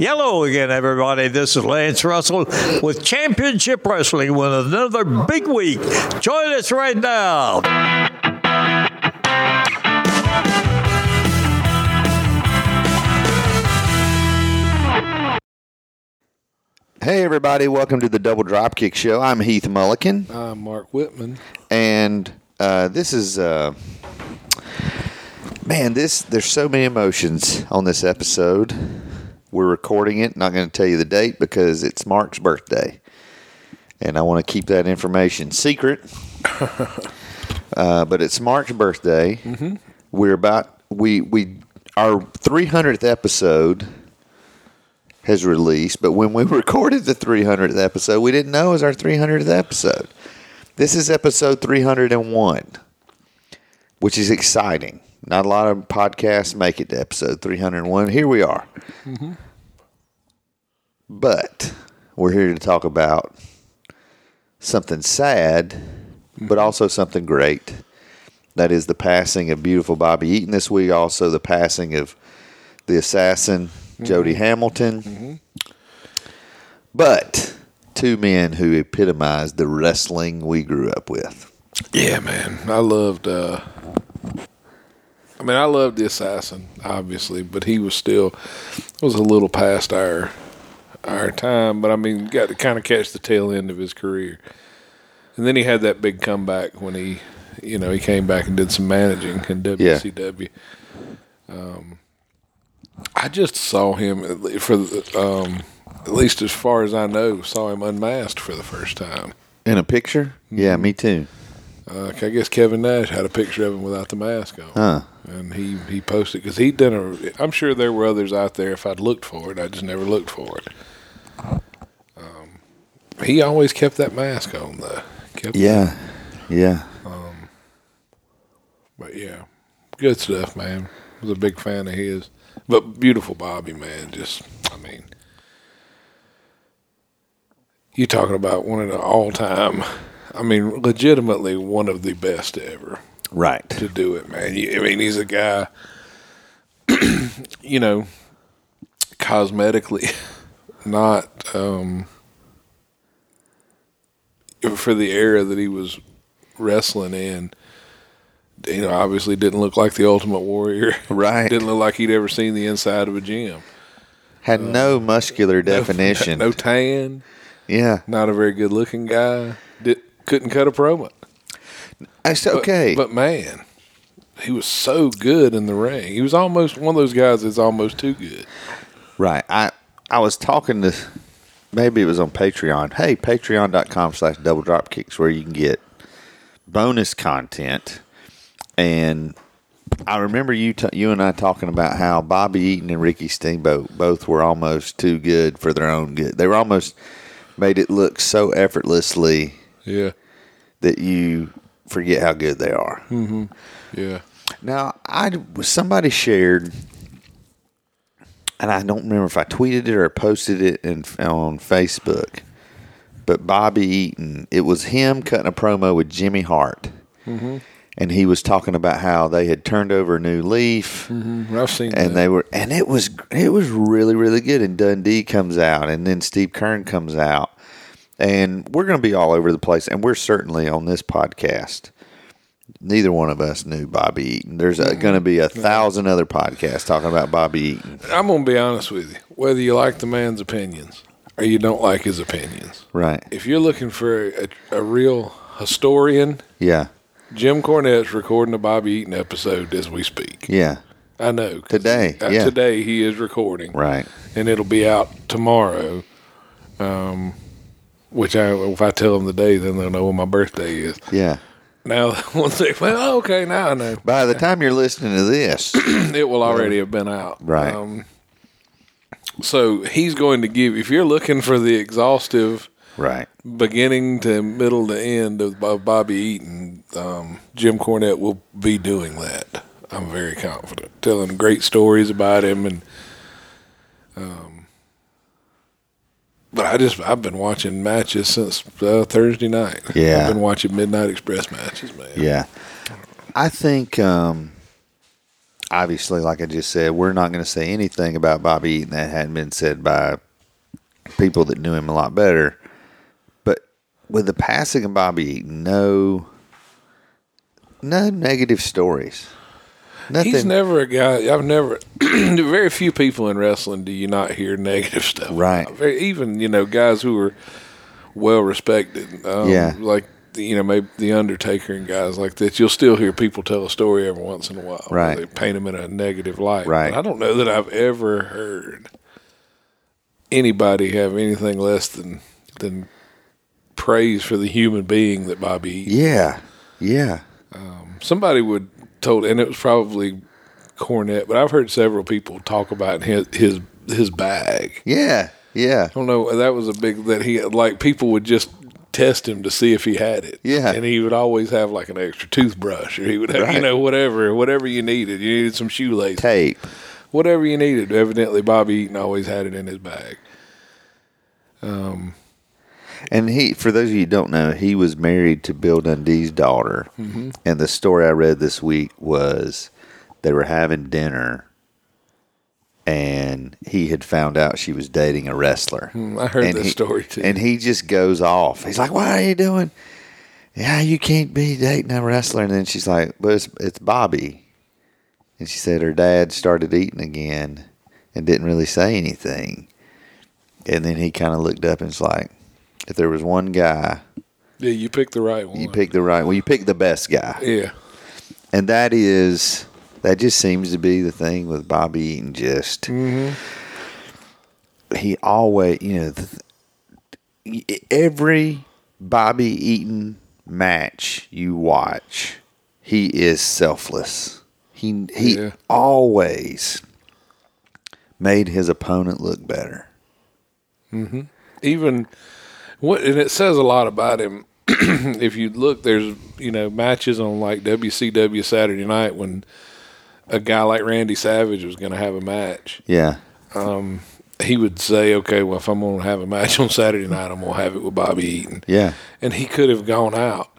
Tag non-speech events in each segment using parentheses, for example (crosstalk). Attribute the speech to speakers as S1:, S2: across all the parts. S1: Hello again, everybody. This is Lance Russell with Championship Wrestling with another big week. Join us right now.
S2: Hey, everybody. Welcome to the Double Dropkick Show. I'm Heath Mulliken,
S3: I'm Mark Whitman.
S2: and uh, this is. Uh, Man, this there's so many emotions on this episode. We're recording it. Not going to tell you the date because it's Mark's birthday, and I want to keep that information secret. (laughs) uh, but it's Mark's birthday. We're about we we our 300th episode has released, but when we (laughs) recorded the 300th episode, we didn't know it was our 300th episode. This is episode 301 which is exciting. Not a lot of podcasts make it to episode 301. Here we are. But we're here to talk about something sad, but also something great. That is the passing of beautiful Bobby Eaton this week, also the passing of the assassin, Jody Hamilton. But two men who epitomized the wrestling we grew up with.
S3: Yeah, man. I loved. uh I mean, I loved the assassin, obviously, but he was still it was a little past our our time. But I mean, got to kind of catch the tail end of his career, and then he had that big comeback when he, you know, he came back and did some managing in WCW. Um, I just saw him at le- for the, um, at least as far as I know, saw him unmasked for the first time.
S2: In a picture? Yeah, me too.
S3: Uh, I guess Kevin Nash had a picture of him without the mask on,
S2: Huh.
S3: and he he posted because he'd done a. I'm sure there were others out there. If I'd looked for it, I just never looked for it. Um, he always kept that mask on though. Kept
S2: Yeah, yeah.
S3: but yeah, good stuff, man. Was a big fan of his, but beautiful Bobby, man. Just I mean, you talking about one of the all time. I mean, legitimately one of the best ever.
S2: Right.
S3: to do it, man. You- I mean, he's a guy, (clears throat) you know, cosmetically, (laughs) not um, for the era that he was wrestling in. You know, obviously didn't look like the Ultimate Warrior. (laughs)
S2: Right.
S3: didn't look like he'd ever seen the inside of a gym.
S2: Had no (laughs) muscular definition.
S3: No tan.
S2: yeah.
S3: Not a very good looking guy. Did, couldn't cut a promo.
S2: That's
S3: But-
S2: okay.
S3: But, man, he was so good in the ring. He was almost one of those guys that's almost too good.
S2: right. I I was talking to maybe it was on Patreon. Hey, patreon.com slash double drop kicks where you can get bonus content. And I remember you t- you and I talking about how Bobby Eaton and Ricky Steamboat both were almost too good for their own good. They were almost made it look so effortlessly
S3: Yeah.
S2: that you forget how good they are.
S3: Yeah.
S2: Now, I somebody shared, and I don't remember if I tweeted it or posted it in, on Facebook. But Bobby Eaton, it was him cutting a promo with Jimmy Hart, and he was talking about how they had turned over a new leaf,
S3: I've seen
S2: and
S3: that.
S2: they were, and it was it was really really good. And Dundee comes out, and then Steve Kern comes out, and we're going to be all over the place, and we're certainly on this podcast neither one of us knew Bobby Eaton. There's going to be a thousand other podcasts talking about Bobby Eaton.
S3: I'm going to be honest with you. Whether you like the man's opinions or you don't like his opinions,
S2: Right.
S3: if you're looking for a, a real historian,
S2: Yeah.
S3: Jim Cornette's recording a Bobby Eaton episode as we speak.
S2: Yeah.
S3: I know. 'cause
S2: Today,
S3: he- uh,
S2: yeah.
S3: Today he is recording.
S2: Right.
S3: and it'll be out tomorrow. Um, which I, if I tell them the day, then they'll know when my birthday is.
S2: Yeah.
S3: Now, (laughs) once they, well, okay, now I know. (clears throat)
S2: By the time you're listening to this,
S3: It will already have been out. Um,
S2: Right.
S3: so he's going to give, if you're looking for the exhaustive
S2: (coughs) right.
S3: beginning to middle to end of Bob- Bobby Eaton, um, Jim Cornette will be doing that. I'm very confident. Telling great stories about him and um but I just I've been watching matches since uh, Thursday night.
S2: Yeah.
S3: I've been watching Midnight Express matches, man.
S2: Yeah. I think um, obviously, like I just said, we're not going to say anything about Bobby Eaton that hadn't been said by people that knew him a lot better. But with the passing of Bobby Eaton, no, no negative stories. Nothing.
S3: He's never a guy. I've never. (clears throat) very few people in wrestling do you not hear negative (laughs) stuff. about.
S2: Right.
S3: Very- even you know guys who are well respected. Um,
S2: Yeah.
S3: Like you know maybe the Undertaker and guys like that. You'll still hear people tell a story every once in a while. where
S2: Right.
S3: They paint them in a negative light.
S2: Right.
S3: But I don't know that I've ever heard anybody have anything less than than praise for the human being that Bobby. E Eaton
S2: yeah, yeah,
S3: somebody would told, and it was probably Cornette, but I've heard several people talk about his his his bag.
S2: yeah, yeah.
S3: I don't know. That was a big that he like people would just test him to see if he had it.
S2: Yeah.
S3: and he would always have like an extra toothbrush, or he would have, you
S2: Right.
S3: know whatever whatever you needed. You needed some shoelaces,
S2: Tape.
S3: whatever you needed. Evidently, Bobby Eaton always had it in his bag.
S2: And he, for those of you who don't know, he was married to Bill Dundee's daughter.
S3: Mm-hmm.
S2: And the story I read this week was they were having dinner, and he had found out she was dating a wrestler.
S3: Hmm, I heard
S2: and
S3: this
S2: he-
S3: story too.
S2: And he just goes off. He's like, "What are you doing? Yeah, you can't be dating a wrestler." And then she's like, "But it's, it's Bobby." And she said her dad started eating again and didn't really say anything. And then he kind of looked up and was like, "If there was one guy,
S3: yeah, you picked the right one.
S2: you pick the right. Well, you pick the best guy."
S3: yeah.
S2: And that is that just seems to be the thing with Bobby Eaton. Just he always, you know, the, every Bobby Eaton match you watch, he is selfless. He he
S3: Yeah.
S2: always made his opponent look better.
S3: even what and it says a lot about him (clears throat) if you look there's you know matches on like WCW Saturday night when a guy like Randy Savage was going to have a match
S2: Yeah,
S3: he would say okay well if I'm going to have a match on Saturday night I'm going to have it with Bobby Eaton
S2: yeah,
S3: and he could have gone out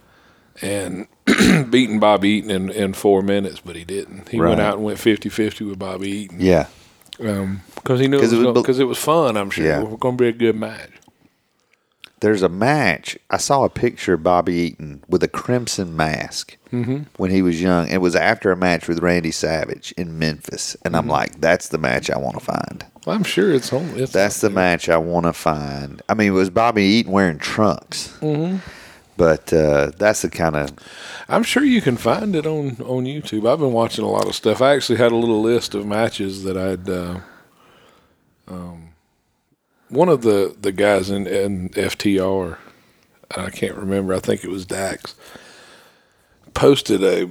S3: and (clears throat) beaten Bobby Eaton in, in 4 minutes but he didn't he
S2: Right.
S3: went out and went 50-50 with Bobby Eaton
S2: yeah.
S3: because he knew
S2: 'Cause
S3: because
S2: it
S3: it,
S2: was
S3: was
S2: bel-
S3: because it was fun I'm sure
S2: Yeah.
S3: we're going to be a good match
S2: there's a match. I saw a picture of Bobby Eaton with a crimson mask when he was young. It was after a match with Randy Savage in Memphis, and I'm like, that's the match I want to find.
S3: I'm sure it's on it's
S2: That's the match I want to find. I mean, it was Bobby Eaton wearing trunks? Mm-hmm. But uh, that's the kind of
S3: I'm sure you can find it on on YouTube. I've been watching a lot of stuff. I actually had a little list of matches that I'd. Uh, um, one of the the guys in, in FTR, I can't remember. I think it was Dax. Posted a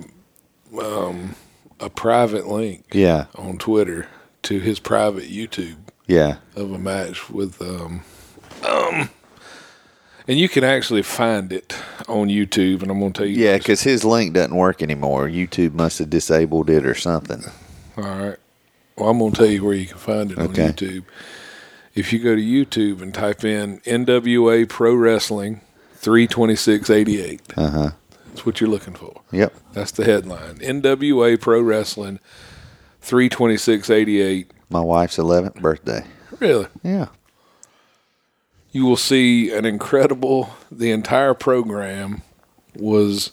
S3: um, a private link
S2: yeah,
S3: on Twitter to his private YouTube
S2: yeah,
S3: of a match with um, um and you can actually find it on YouTube. And I'm going to tell you
S2: yeah. Because his link doesn't work anymore. YouTube must have disabled it or something.
S3: All right. Well, I'm going to tell you where you can find it
S2: Okay.
S3: on YouTube. If you go to YouTube and type in NWA Pro Wrestling 32688, uh-huh. that's what you're looking for.
S2: Yep.
S3: That's the headline NWA Pro Wrestling 32688.
S2: My wife's 11th birthday.
S3: Really?
S2: Yeah.
S3: You will see an incredible, the entire program was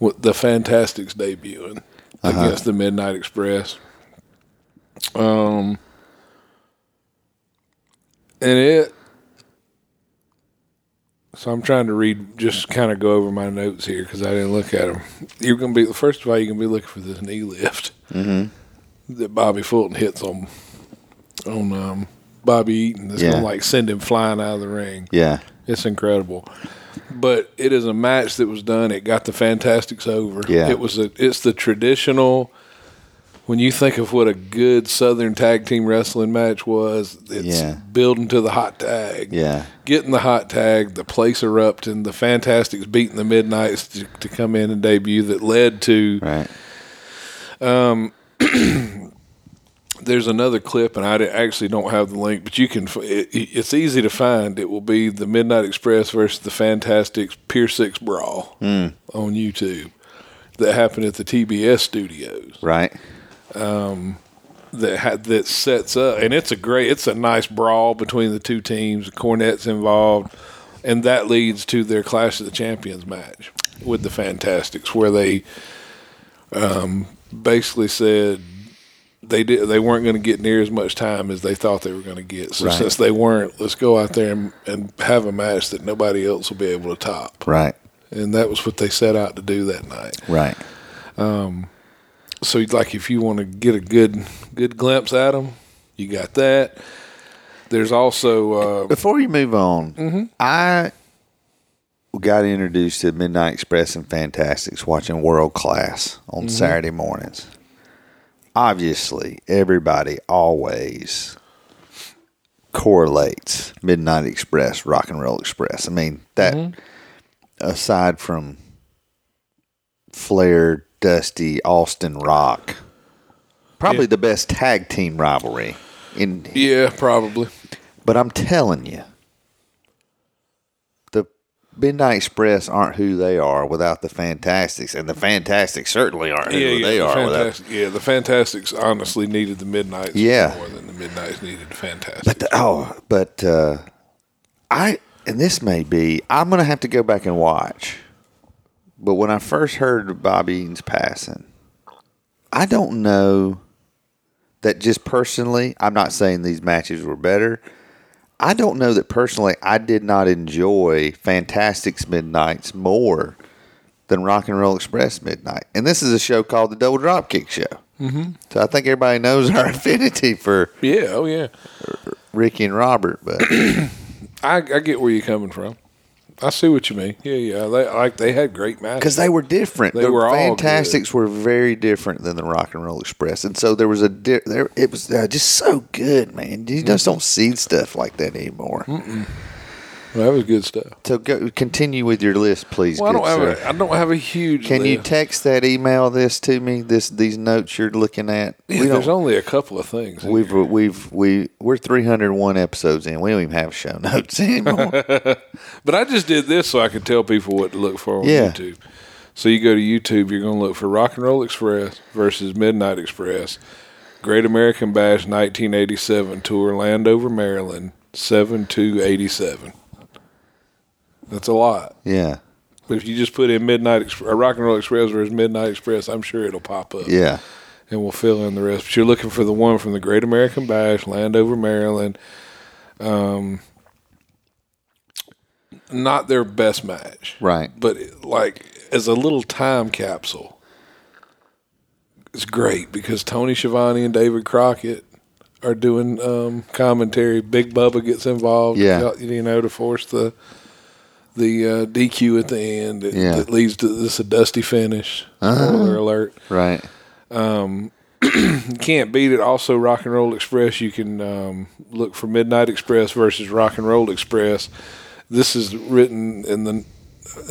S3: with the Fantastics debuting against the Midnight Express. Um, and it. So I'm trying to read, just kind of go over my notes here because I didn't look at them. You're gonna be first of all, you're gonna be looking for this knee lift that Bobby Fulton hits on on um, Bobby Eaton. That's
S2: Yeah.
S3: gonna like send him flying out of the ring.
S2: Yeah.
S3: It's incredible. But it is a match that was done. It got the Fantastics over.
S2: Yeah.
S3: It was a it's the traditional when you think of what a good Southern tag team wrestling match was, it's
S2: Yeah.
S3: building to the hot tag.
S2: Yeah.
S3: Getting the hot tag, the place erupting, the Fantastics beating the Midnights to, to come in and debut that led to
S2: Right.
S3: there's another clip, and I di- actually don't have the link, but you can. f- It, it- it's easy to find. It will be the Midnight Express versus the Fantastics Pier Six Brawl on YouTube that happened at the TBS studios.
S2: Right.
S3: that ha- that sets up, and it's a great, it's a nice brawl between the two teams. Cornette's involved, and that leads to their Clash of the Champions match with the Fantastics, where they um, basically said they did they weren't going to get near as much time as they thought they were going to get. So
S2: Right.
S3: since they weren't, let's go out there and, and have a match that nobody else will be able to top.
S2: Right.
S3: And that was what they set out to do that night.
S2: Right.
S3: So, like, if you want to get a good good glimpse at them, you got that. There's also uh,
S2: Before you move on, I got introduced to Midnight Express and Fantastics watching World Class on Saturday mornings. Obviously, everybody always correlates Midnight Express, Rock and Roll Express. I mean, that aside from Flair, Dusty, Austin Rock, probably the best tag team rivalry in
S3: yeah, probably.
S2: but I'm telling you, the Midnight Express aren't who they are without the Fantastics, and the Fantastics certainly aren't who
S3: yeah, yeah,
S2: they
S3: the
S2: are without.
S3: Fantas- yeah, the Fantastics honestly needed the Midnight's
S2: Yeah.
S3: more than the Midnight's needed the Fantastics.
S2: But the, oh, but uh, I and this may be I'm gonna have to go back and watch. But when I first heard of Bob Eaton's passing, I don't know that just personally. I'm not saying these matches were better. I don't know that personally. I did not enjoy Fantastic's Midnights more than Rock and Roll Express Midnight, and this is a show called the Double Dropkick Show. Mm-hmm. So I think everybody knows our (laughs) affinity for
S3: yeah, oh yeah,
S2: Ricky and Robert, but
S3: I, I get where you're coming from. I see what you mean. Yeah, yeah, they, like they had great matches.
S2: because they were different,
S3: They
S2: the
S3: were all
S2: Fantastics were very different than the Rock and Roll Express, and so there was a di- there. It was uh, just so good, man. You just
S3: Mm-hmm.
S2: don't see stuff like that anymore.
S3: That was good stuff.
S2: So go, continue with your list, please.
S3: Well, I
S2: good
S3: don't have
S2: sir.
S3: a, I don't have a huge.
S2: Can you
S3: list.
S2: text that email this to me? This these notes you're looking at.
S3: Yeah,
S2: we
S3: there's
S2: don't.
S3: only a couple of things.
S2: We've we've we we're 301 episodes in. We don't even have show (laughs) notes
S3: (laughs)
S2: anymore.
S3: But I just did this so I could tell people what to look for on
S2: Yeah.
S3: YouTube. So you go to YouTube, you're going to look for Rock and Roll Express versus Midnight Express, Great American Bash 1987 Tour, Landover, Maryland, 7287. That's a lot.
S2: yeah,
S3: But if you just put in Midnight Express, Rock and Roll Express versus Midnight Express, I'm sure it'll pop up
S2: yeah.
S3: and we'll fill in the rest. But you're looking for the one from the Great American Bash, Landover, Maryland. Um, not their best match,
S2: Right.
S3: But like as a little time capsule, it's great because Tony Schiavone and David Crockett are doing um, commentary. Big Bubba gets involved,
S2: Yeah.
S3: you know, to force the the uh, DQ at the end that,
S2: Yeah. Uh-huh.
S3: that leads to this a dusty finish. Spoiler alert
S2: Right.
S3: can't beat it. Also, Rock and Roll Express. You can um, look for Midnight Express versus Rock and Roll Express. This is written in the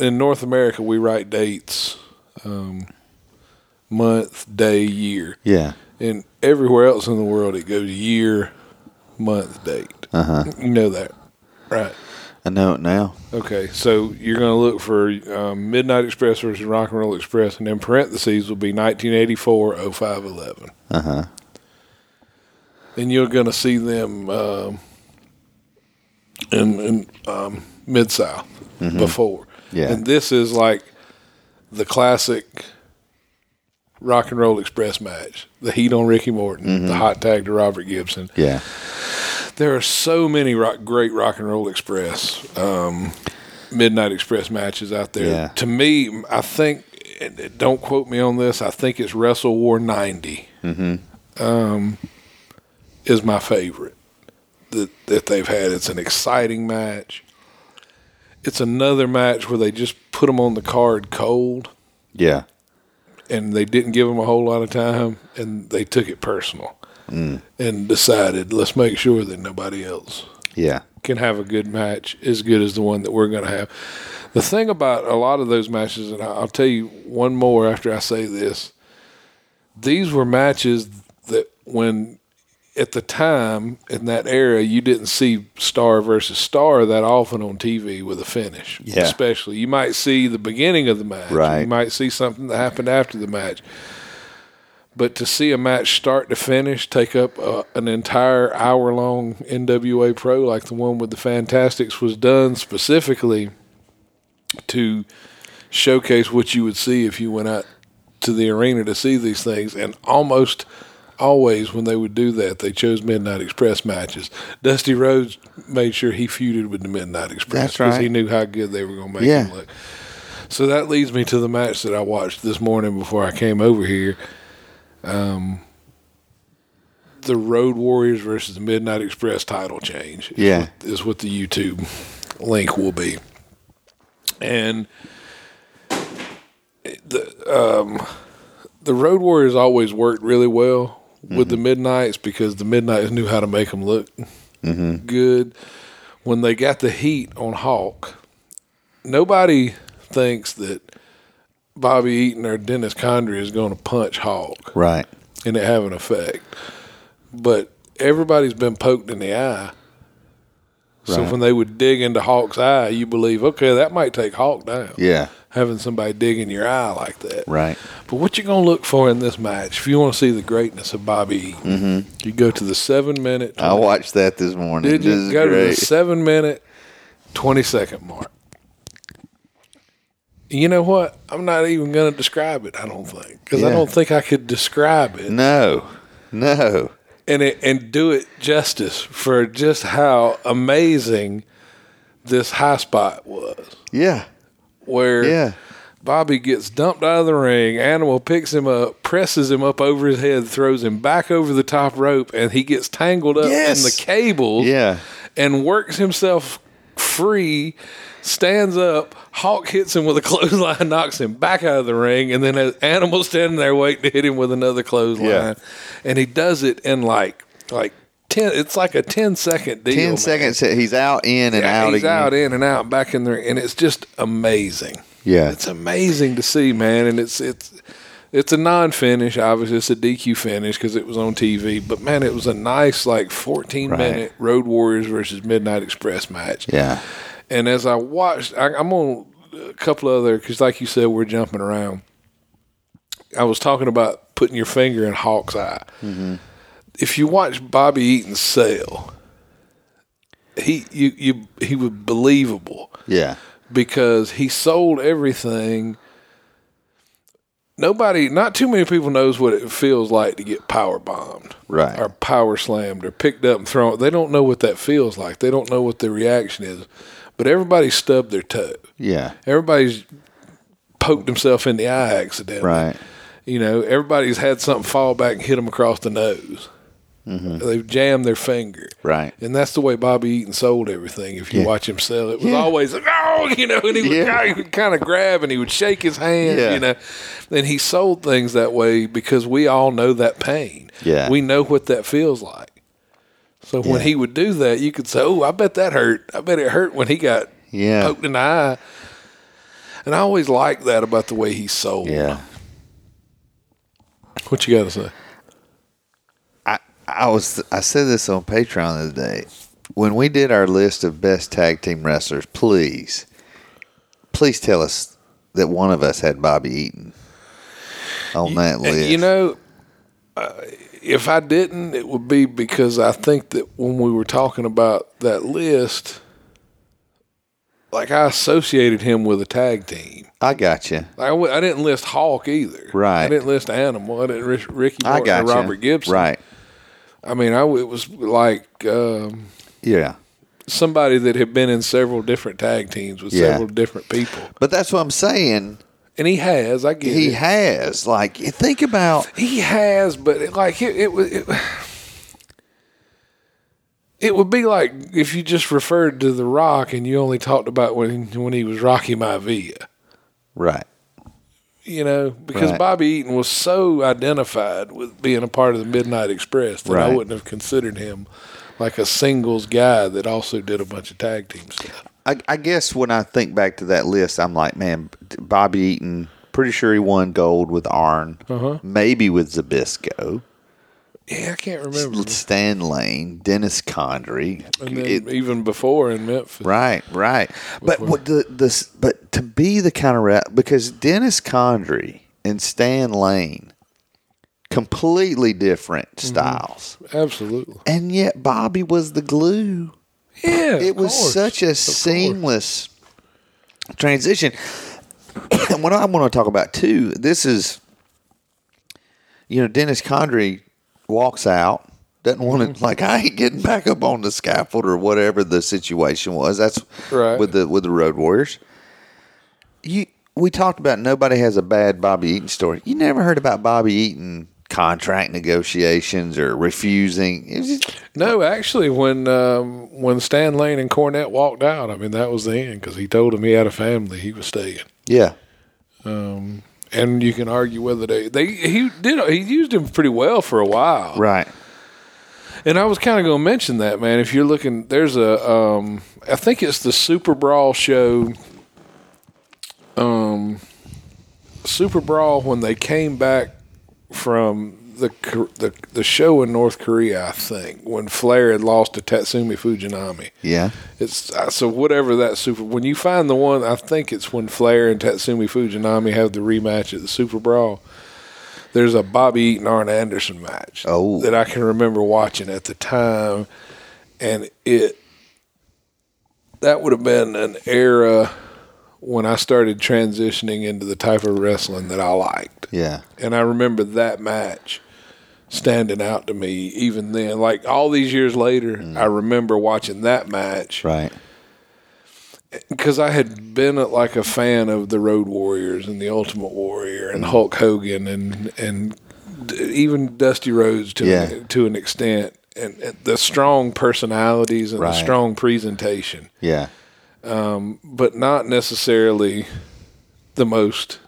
S3: in North America. We write dates, um, month, day, year,
S2: Yeah.
S3: and everywhere else in the world it goes year, month, date. You know that, right?
S2: I know it now.
S3: Okay, so you're going to look for um, Midnight Express versus Rock and Roll Express, and in parentheses will be oh 1984 0511. Uh huh. And you're going to see them um, in, in um, Mid South before.
S2: Yeah.
S3: And this is like the classic Rock and Roll Express match the heat on Ricky Morton, the hot tag to Robert Gibson.
S2: Yeah.
S3: There are so many rock, great rock and roll express, um, midnight express matches out there.
S2: Yeah.
S3: To me, I think, and don't quote me on this. I think it's Wrestle War 90 um, is my favorite that that they've had. It's an exciting match. It's another match where they just put them on the card cold,
S2: Yeah.
S3: and they didn't give them a whole lot of time, and they took it personal. And decided, let's make sure that nobody else
S2: Yeah.
S3: can have a good match as good as the one that we're going to have. The thing about a lot of those matches, and I- I'll tell you one more after I say this, these were matches that when at the time in that era you didn't see star versus star that often on TV with a finish.
S2: Yeah.
S3: Especially you might see the beginning of the match.
S2: Right.
S3: You might see something that happened after the match. But to see a match start to finish take up uh, an entire hour long NWA Pro like the one with the Fantastics was done specifically to showcase what you would see if you went out to the arena to see these things. And almost always when they would do that, they chose Midnight Express matches. Dusty Rhodes made sure he feuded with the Midnight Express
S2: That's right.
S3: he knew how good they were going to make
S2: Yeah.
S3: him look. So that leads me to the match that I watched this morning before I came over here. Um, the Road Warriors versus the Midnight Express title change. is
S2: Yeah.
S3: what- is what the YouTube link will be, and um, the Road Warriors always worked really well with the Midnights because the Midnights knew how to make them look good. When they got the heat on Hawk, nobody thinks that Bobby Eaton or Dennis Condry is going to punch Hawk
S2: Right.
S3: and it have an effect. But everybody's been poked in the eye. So
S2: Right.
S3: when they would dig into Hawk's eye, you believe, okay, that might take Hawk down.
S2: Yeah.
S3: Having somebody dig in your eye like that.
S2: Right.
S3: But what you're gonna look for in this match, if you want to see the greatness of Bobby, Eaton, you go to the seven minute.
S2: Mm-hmm. I watched that this morning.
S3: Did
S2: this
S3: you
S2: is
S3: go to the
S2: great.
S3: seven minute, twenty second mark? You know what? I'm not even gonna describe it. I don't think because I
S2: Yeah.
S3: don't think I could describe it
S2: No. No.
S3: and it, and do it justice for just how amazing this high spot was.
S2: Yeah.
S3: Where
S2: Yeah.
S3: Bobby gets dumped out of the ring. Animal picks him up, presses him up over his head, throws him back over the top rope, and he gets tangled up
S2: Yes.
S3: in the cables
S2: Yeah.
S3: and works himself free, stands up. Hawk hits him with a (laughs) clothesline, knocks him back out of the ring, and then an Animal standing there waiting to hit him with another clothesline.
S2: Yeah.
S3: And he does it in like like ten. It's like a 10 second deal.
S2: Ten
S3: man.
S2: seconds. uh, He's out, in, and
S3: Yeah,
S2: out
S3: he's
S2: again.
S3: out, in and out, back in there, and it's just amazing.
S2: Yeah.
S3: it's amazing to see, man. And it's it's it's a non-finish. Obviously, it's a DQ finish because it was on TV. But man, it was a nice like 14
S2: Right.
S3: minute Road Warriors versus Midnight Express match.
S2: Yeah.
S3: And as I watched, I, I'm on a couple other because, like you said, we're jumping around. I was talking about putting your finger in Hawk's eye. If you watch Bobby Eaton sell, he you you he was believable
S2: Yeah.
S3: because he sold everything. Nobody, not too many people knows what it feels like to get power bombed,
S2: Right.
S3: Or power slammed, or picked up and thrown. They don't know what that feels like. They don't know what the reaction is. But everybody stubbed their toe.
S2: Yeah.
S3: Everybody's poked himself in the eye accidentally.
S2: Right.
S3: You know, everybody's had something fall back and hit them across the nose. They've jammed their finger.
S2: Mm-hmm. Right.
S3: And that's the way Bobby Eaton sold everything. If you
S2: Yeah.
S3: watch him sell, it was always like, oh, you know, and he would,
S2: Yeah.
S3: (laughs) he would kind of grab and he would shake his hand,
S2: Yeah.
S3: you know. And he sold things that way because we all know that pain.
S2: Yeah.
S3: We know what that feels like. So when
S2: Yeah.
S3: he would do that, you could say, oh, I bet that hurt. I bet it hurt when he got
S2: Yeah.
S3: poked in the eye. And I always liked that about the way he sold.
S2: Yeah.
S3: What you got to say?
S2: I I was I said this on Patreon the other day. When we did our list of best tag team wrestlers, please, please tell us that one of us had Bobby Eaton on that
S3: And,
S2: list.
S3: You know, uh, if I didn't, it would be because I think that when we were talking about that list, like I associated him with a tag team.
S2: I got you.
S3: Like I, w- I didn't list Hawk either.
S2: Right.
S3: I didn't list Animal. I didn't list Ricky
S2: I
S3: Morton
S2: got
S3: or
S2: you.
S3: Robert Gibson.
S2: Right.
S3: I mean, I w- it was like um,
S2: Yeah.
S3: somebody that had been in several different tag teams with
S2: Yeah.
S3: several different people,
S2: But that's what I'm saying.
S3: and he has. I get
S2: He
S3: it.
S2: has like you think about
S3: He has, but it, like it, it was. It, it would be like if you just referred to The Rock and you only talked about when when he was Rocky Maivia,
S2: right.
S3: you know, because
S2: Right.
S3: Bobby Eaton was so identified with being a part of the Midnight Express that I
S2: Right.
S3: wouldn't have considered him like a singles guy that also did a bunch of tag team stuff.
S2: I, I guess when I think back to that list, I'm like, man, Bobby Eaton. Pretty sure he won gold with Arn,
S3: Uh-huh.
S2: maybe with Zabisco.
S3: Yeah, I can't remember.
S2: Stan Lane, Dennis Condry.
S3: And then
S2: It-
S3: even before in Memphis,
S2: right, right. But what the this but to be the kind of rap because Dennis Condry and Stan Lane completely
S3: Mm-hmm.
S2: different styles.
S3: Absolutely.
S2: And yet Bobby was the glue.
S3: Yeah.
S2: It was such a seamless transition. (clears throat) and what I want to talk about too, this is you know, Dennis Condry walks out, doesn't want to like I ain't getting back up on the scaffold or whatever the situation was. That's
S3: Right.
S2: with the with the Road Warriors. You we talked about nobody has a bad Bobby Eaton story. You never heard about Bobby Eaton contract negotiations or refusing. It was just-
S3: No, actually, when um, when Stan Lane and Cornette walked out, I mean that was the end because he told him he had a family, he was staying.
S2: yeah.
S3: And you can argue whether they they he did he used him pretty well for a while,
S2: Right.
S3: And I was kind of going to mention that, man. If you're looking, there's a, um, I think it's the Super Brawl show. Um, Super Brawl when they came back from the Kor- the the show in North Korea, I think when Flair had lost to Tatsumi Fujinami.
S2: Yeah.
S3: It's uh, so whatever that Super. When you find the one, I think it's when Flair and Tatsumi Fujinami have the rematch at the Super Brawl. There's a Bobby Eaton Arn Anderson match
S2: Oh.
S3: that I can remember watching at the time, and it that would have been an era when I started transitioning into the type of wrestling that I liked
S2: Yeah.
S3: and I remember that match standing out to me even then. Like all these years later, I remember watching that match
S2: Mm. Right.
S3: because I had been uh, like a fan of the Road Warriors and the Ultimate Warrior
S2: Mm-hmm.
S3: and Hulk Hogan and and d- even Dusty Rhodes to
S2: Yeah.
S3: to an extent. And and the strong personalities and
S2: Right.
S3: the strong presentation,
S2: Yeah.
S3: but not necessarily the most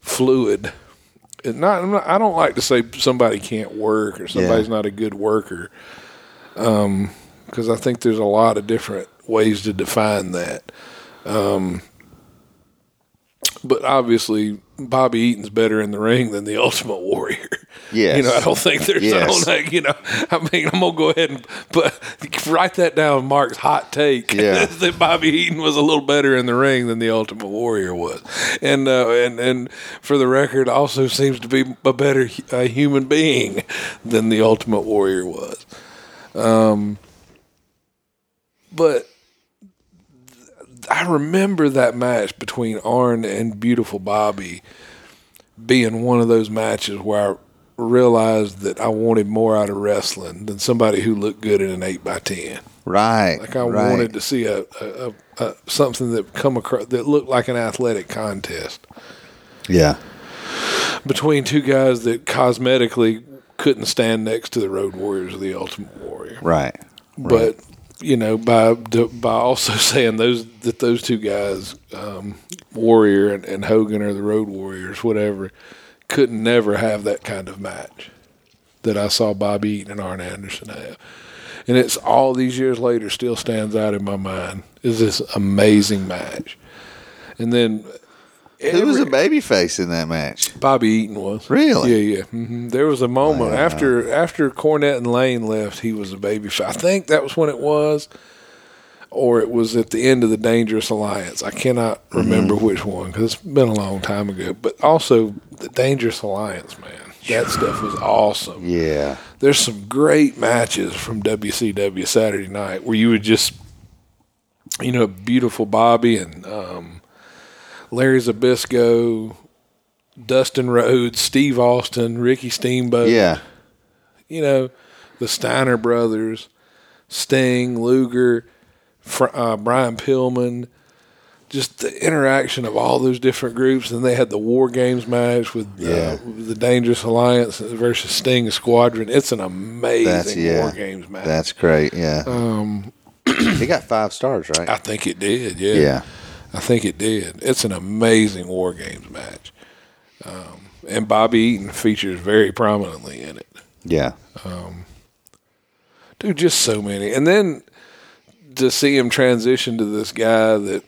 S3: fluid. It not, I'm not- I don't like to say somebody can't work or somebody's not a good worker, because I think there's a lot of different ways to define that. Um, but obviously, Bobby Eaton's better in the ring than the (laughs) Ultimate Warrior.
S2: Yes.
S3: you know, I don't think there's. I don't (laughs)
S2: Yes.
S3: think you know. I mean, I'm gonna go ahead and put, write that down. Mark's hot take
S2: Yeah.
S3: (laughs) that Bobby Eaton was a little better in the ring than the Ultimate Warrior was, and uh, and and for the record, also seems to be a better uh, human being than the Ultimate Warrior was. Um, but I remember that match between Arn and Beautiful Bobby being one of those matches where I realized that I wanted more out of wrestling than somebody who looked good in an eight by ten.
S2: Right.
S3: Like I
S2: right.
S3: wanted to see a, a, a, a something that come across that looked like an athletic contest
S2: Yeah.
S3: between two guys that cosmetically couldn't stand next to the Road Warriors or the Ultimate Warrior.
S2: Right.
S3: But you know, by by also (laughs) saying those that those two guys, um, Warrior and, and Hogan or the Road Warriors, whatever, could never have that kind of match that I saw Bobby Eaton and Arn Anderson have. And it's all these years later still stands out in my mind is this amazing match. And then
S2: Who was a
S3: every-
S2: babyface in that match?
S3: Bobby Eaton was
S2: Really?
S3: yeah yeah. hmm There was a moment after after Cornette and Lane left, he was a baby. fa- I think that was when it was, or it was at the end of the Dangerous Alliance. I cannot remember which one because it's been a long time ago. But also the Dangerous Alliance, man, that stuff was awesome.
S2: Yeah.
S3: There's some great matches from WCW Saturday Night where you would just, you know, beautiful Bobby and um, Larry Zabisco, Dustin Rhodes, Steve Austin, Ricky Steamboat.
S2: Yeah.
S3: you know, the Steiner brothers, Sting, Luger, Fr- uh, Brian Pillman. Just the interaction of all those different groups, and they had the War Games match with uh,
S2: Yeah.
S3: the Dangerous Alliance versus Sting Squadron. It's an amazing
S2: That's yeah.
S3: War Games match.
S2: That's great. Yeah. Um, he got five stars, right?
S3: I think it did. Yeah.
S2: yeah.
S3: I think it did. It's an amazing War Games match, um, and Bobby Eaton features very prominently in it.
S2: Yeah.
S3: dude, just so many. And then to see him transition to this guy that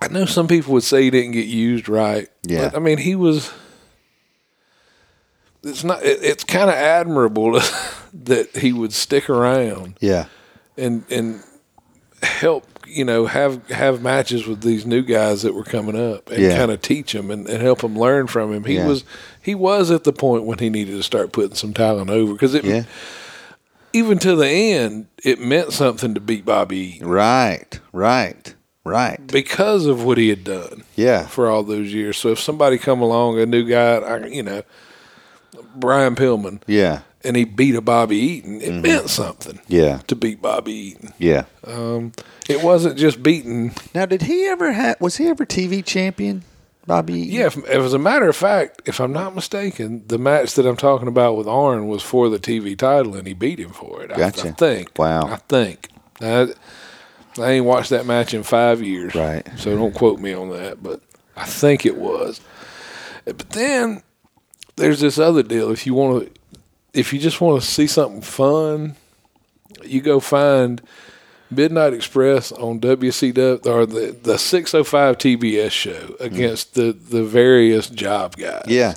S3: I know some people would say he didn't get used right.
S2: Yeah.
S3: but, I mean he was. It's not. It, it's kind of (laughs) admirable that he would stick around
S2: Yeah.
S3: and and help you know have have matches with these new guys that were coming up and
S2: Yeah.
S3: kind of teach them and, and help them learn from him. He
S2: Yeah.
S3: was he was at the point when he needed to start putting some talent over because it
S2: Yeah.
S3: even to the end it meant something to beat Bobby Eaton
S2: Right. Right. Right.
S3: because of what he had done
S2: Yeah.
S3: for all those years. So if somebody come along a new guy, I, you know Brian Pillman
S2: Yeah.
S3: and he beat a Bobby Eaton, it meant something
S2: Mm-hmm. Yeah.
S3: to beat Bobby Eaton.
S2: Yeah.
S3: Uh, It wasn't just beating
S2: Now, did he ever have? Was he ever TV champion, Bobby? Eaton?
S3: Yeah, if, if as a matter of fact, if I'm not mistaken, the match that I'm talking about with Arn was for the TV title, and he beat him for it. I- I,
S2: Gotcha.
S3: think.
S2: Wow.
S3: I think. I, I ain't watched that match in five years,
S2: Right.
S3: So don't quote me on that, but I think it was. But then there's this other deal. If you want to, if you just want to see something fun, you go find Midnight Express on WCW or the, the 605 TBS show against the, the various job guys.
S2: Yeah.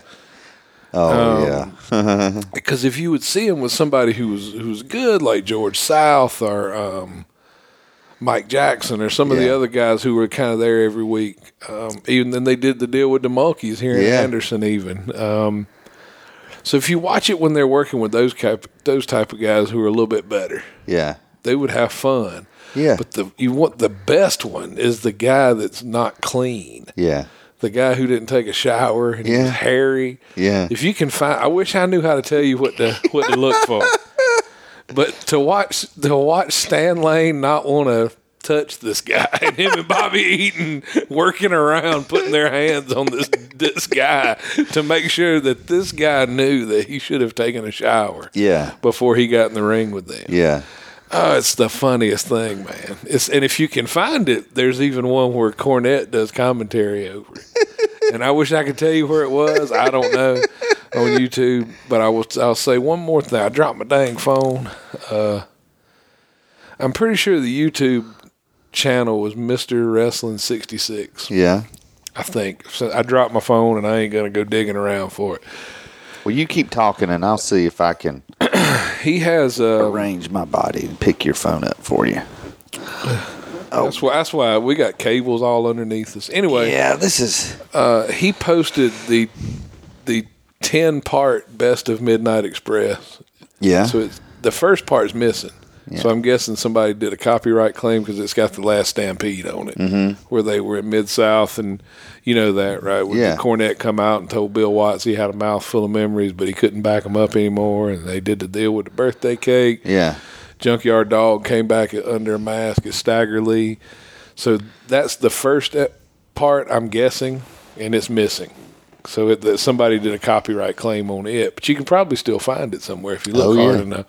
S2: Oh yeah.
S3: Um, Because if you would see him with somebody who was who was good, like George South or um, Mike Jackson or some of
S2: Yeah.
S3: the other guys who were kind of there every week, um, even then they did the deal with the monkeys here in
S2: Yeah.
S3: Anderson, even. Um, so if you watch it when they're working with those type, those type of guys who are a little bit better,
S2: Yeah.
S3: they would have fun.
S2: Yeah.
S3: But the you want the best one is the guy that's not clean.
S2: Yeah.
S3: The guy who didn't take a shower and he
S2: Yeah.
S3: was hairy.
S2: Yeah.
S3: If you can find I wish I knew how to tell you what to what to look
S2: (laughs)
S3: for. But to watch to watch Stan Lane not want to touch this guy (laughs) and him and Bobby Eaton working around putting their hands on this this guy to make sure that this guy knew that he should have taken a shower
S2: Yeah.
S3: before he got in the ring with them.
S2: Yeah.
S3: Oh, it's the funniest thing, man. It's and if you can find it, there's even one where Cornette does commentary over it. and I wish I could tell you where it was. I don't know on YouTube, but I will. I'll say one more thing. I dropped my dang phone. Uh, I'm pretty sure the YouTube channel was Mister Wrestling sixty six.
S2: Yeah.
S3: I think so. I dropped my phone, and I ain't gonna go digging around for it.
S2: Well, you keep talking, and I'll see if I can
S3: He has. Uh,
S2: arrange my body and pick your phone up for you.
S3: that's why. That's why we got cables all underneath us. Anyway.
S2: Yeah, this is
S3: he posted the the ten part best of Midnight Express.
S2: yeah,
S3: So it's the first part's missing. So I'm guessing somebody did a copyright claim because it's got the last stampede on it, where they were in Mid South, and you know that, right? When
S2: Yeah.
S3: Cornette come out and told Bill Watts he had a mouthful of memories, but he couldn't back them up anymore, and they did the deal with the birthday cake.
S2: yeah,
S3: Junkyard Dog came back under a mask as Stagger Lee. So that's the first e- part, I'm guessing, and it's missing. So it, that somebody did a copyright claim on it, but you can probably still find it somewhere if you look
S2: Oh,
S3: hard
S2: yeah.
S3: enough.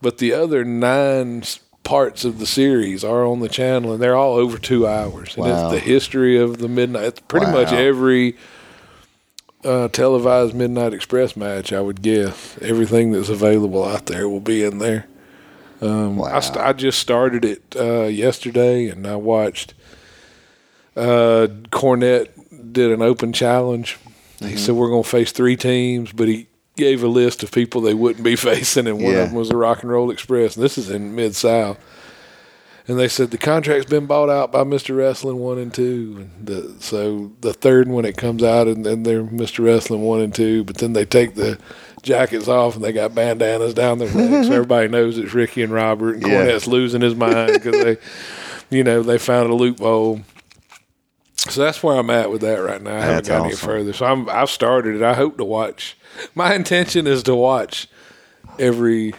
S3: But the other nine s- parts of the series are on the channel, and they're all over two hours. And
S2: Wow.
S3: it's the history of the Midnight. It's pretty much
S2: Wow.
S3: every uh, televised Midnight Express match, I would guess. Everything that's available out there will be in there.
S2: wow.
S3: I, st- I just started it uh, yesterday, and I watched uh, Cornette did an open challenge. He said we're going to face three teams, but he gave a list of people they wouldn't be (laughs) facing, and one
S2: Yeah.
S3: of them was the Rock and Roll Express. And this is in Mid South. And they said the contract's been bought out by Mr. Wrestling one and two, and the, so the third one it comes out, and then they're Mr. Wrestling one and two. But then they take the jackets off, and they got bandanas
S2: (laughs)
S3: down their legs. so everybody knows it's Ricky and Robert, and
S2: Yeah.
S3: Cornette's losing his mind because
S2: (laughs)
S3: they, you know, they found a loophole. So that's where I'm at with that right now. I haven't
S2: That's
S3: gotten any
S2: awesome.
S3: further. So I'm I've started it. I hope to watch. My intention is to watch every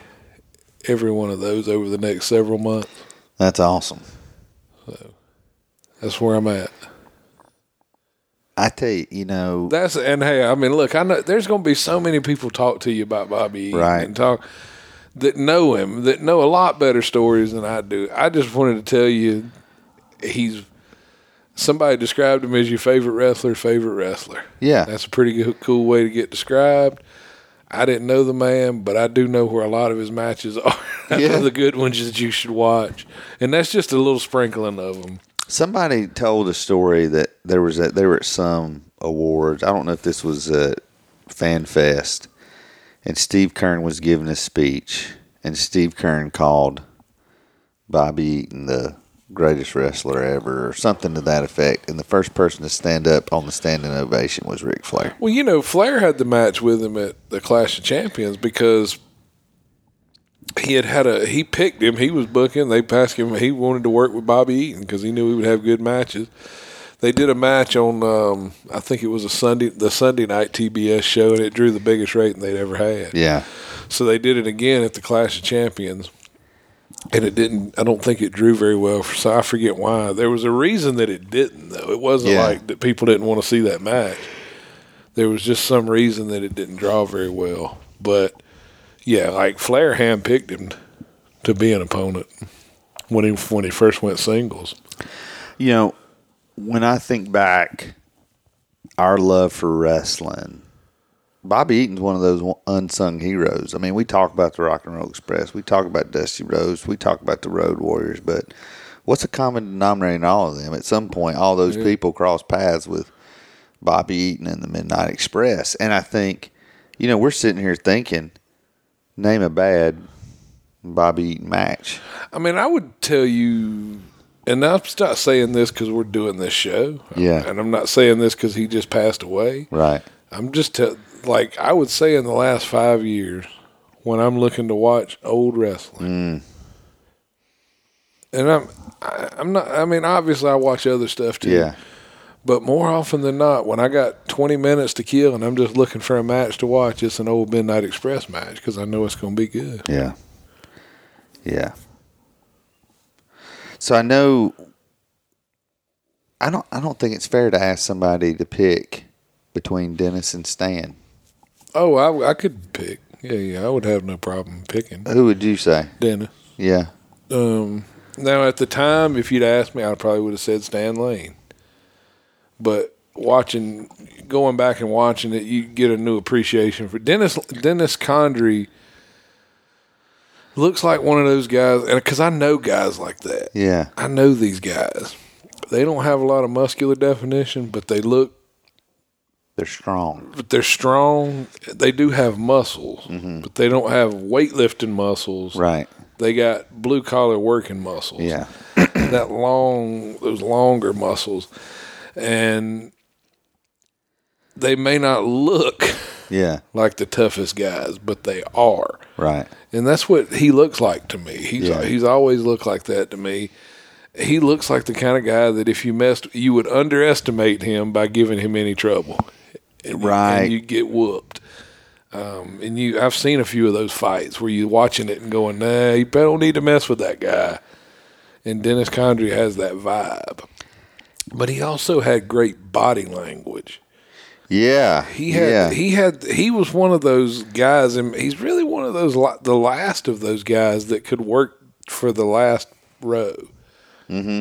S3: every one of those over the next several months.
S2: That's awesome.
S3: That's where I'm at.
S2: I tell you, you know,
S3: That's and hey, I mean, look, I know there's going to be so many people talk to you about Bobby Eaton
S2: Right.
S3: and talk that know him that know a lot better stories than I do. I just wanted to tell you he's somebody described him as your favorite wrestler, favorite wrestler.
S2: Yeah.
S3: that's a pretty good, cool way to get described. I didn't know the man, but I do know where a lot of his matches (laughs) are. I know
S2: Yeah.
S3: the good ones that you should watch, and that's just a little sprinkling of them.
S2: somebody told a story that there was a, they were at some awards. I don't know if this was at Fan Fest, and Steve Kern was giving a speech, and Steve Kern called Bobby Eaton the greatest wrestler ever, or something to that effect. And the first person to stand up on the standing ovation was Ric Flair.
S3: Well, you know, Flair had the match with him at the Clash of Champions because he had had a he picked him. He was booking. They asked him. He wanted to work with Bobby Eaton because he knew he would have good matches. They did a match on um, I think it was a Sunday the Sunday night TBS show, and it drew the biggest rating they'd ever had.
S2: Yeah,
S3: So they did it again at the Clash of Champions, and it didn't. I don't think it drew very well. For, so I forget why. There was a reason that it didn't, though. It wasn't
S2: Yeah.
S3: like that people didn't want to see that match. There was just some reason that it didn't draw very well. But yeah, like Flair handpicked him to be an opponent when he when he first went singles.
S2: you know, when I think back, our love for wrestling. Bobby Eaton's one of those unsung heroes. I mean, we talk about the Rock and Roll Express, we talk about Dusty Rhodes, we talk about the Road Warriors, but what's a common denominator in all of them? At some point, all those people cross paths with Bobby Eaton and the Midnight Express, and I think, you know, we're sitting here thinking, name a bad Bobby Eaton match.
S3: I mean, I would tell you, and I'm not saying this because we're doing this show.
S2: Yeah.
S3: and I'm not saying this because he just passed away.
S2: Right.
S3: I'm just te- like I would say in the last five years when I'm looking to watch old wrestling, and I'm I, I'm not. I mean, obviously I watch other stuff too.
S2: Yeah.
S3: But more often than not, when I got 20 minutes to kill and I'm just looking for a match to watch, it's an old Midnight Express match because I know it's going to be good.
S2: Yeah. Yeah. So I know I don't I don't think it's fair to ask somebody to pick between Dennis and Stan.
S3: Oh, I, I could pick. Yeah, yeah, I would have no problem picking
S2: Who would you say?
S3: Dennis.
S2: Yeah.
S3: Um, now, at the time, if you'd asked me, I probably would have said Stan Lane. But watching, going back and watching it, you get a new appreciation for Dennis. Dennis Condry looks like one of those guys, and because I know guys like that,
S2: Yeah.
S3: I know these guys. They don't have a lot of muscular definition, but they look
S2: They're strong.
S3: but they're strong. They do have muscles, but they don't have weightlifting muscles.
S2: Mm-hmm. Right.
S3: They got blue collar working muscles.
S2: Yeah.
S3: that long, those longer muscles, and they may not look
S2: Yeah.
S3: like the toughest guys, but they are.
S2: Right.
S3: And that's what he looks like to me. He's
S2: Yeah.
S3: he's always looked like that to me. He looks like the kind of guy that if you messed, you would underestimate him by giving him any trouble, And-
S2: Right.
S3: And you get whooped. Um, and you, I've seen a few of those fights where you're watching it and going, "Nah, you probably don't need to mess with that guy." And Dennis Condry has that vibe, but he also had great body language.
S2: Yeah.
S3: He had
S2: yeah.
S3: he had he was one of those guys, and he's really one of those la- the last of those guys that could work for the last row. Mm-hmm.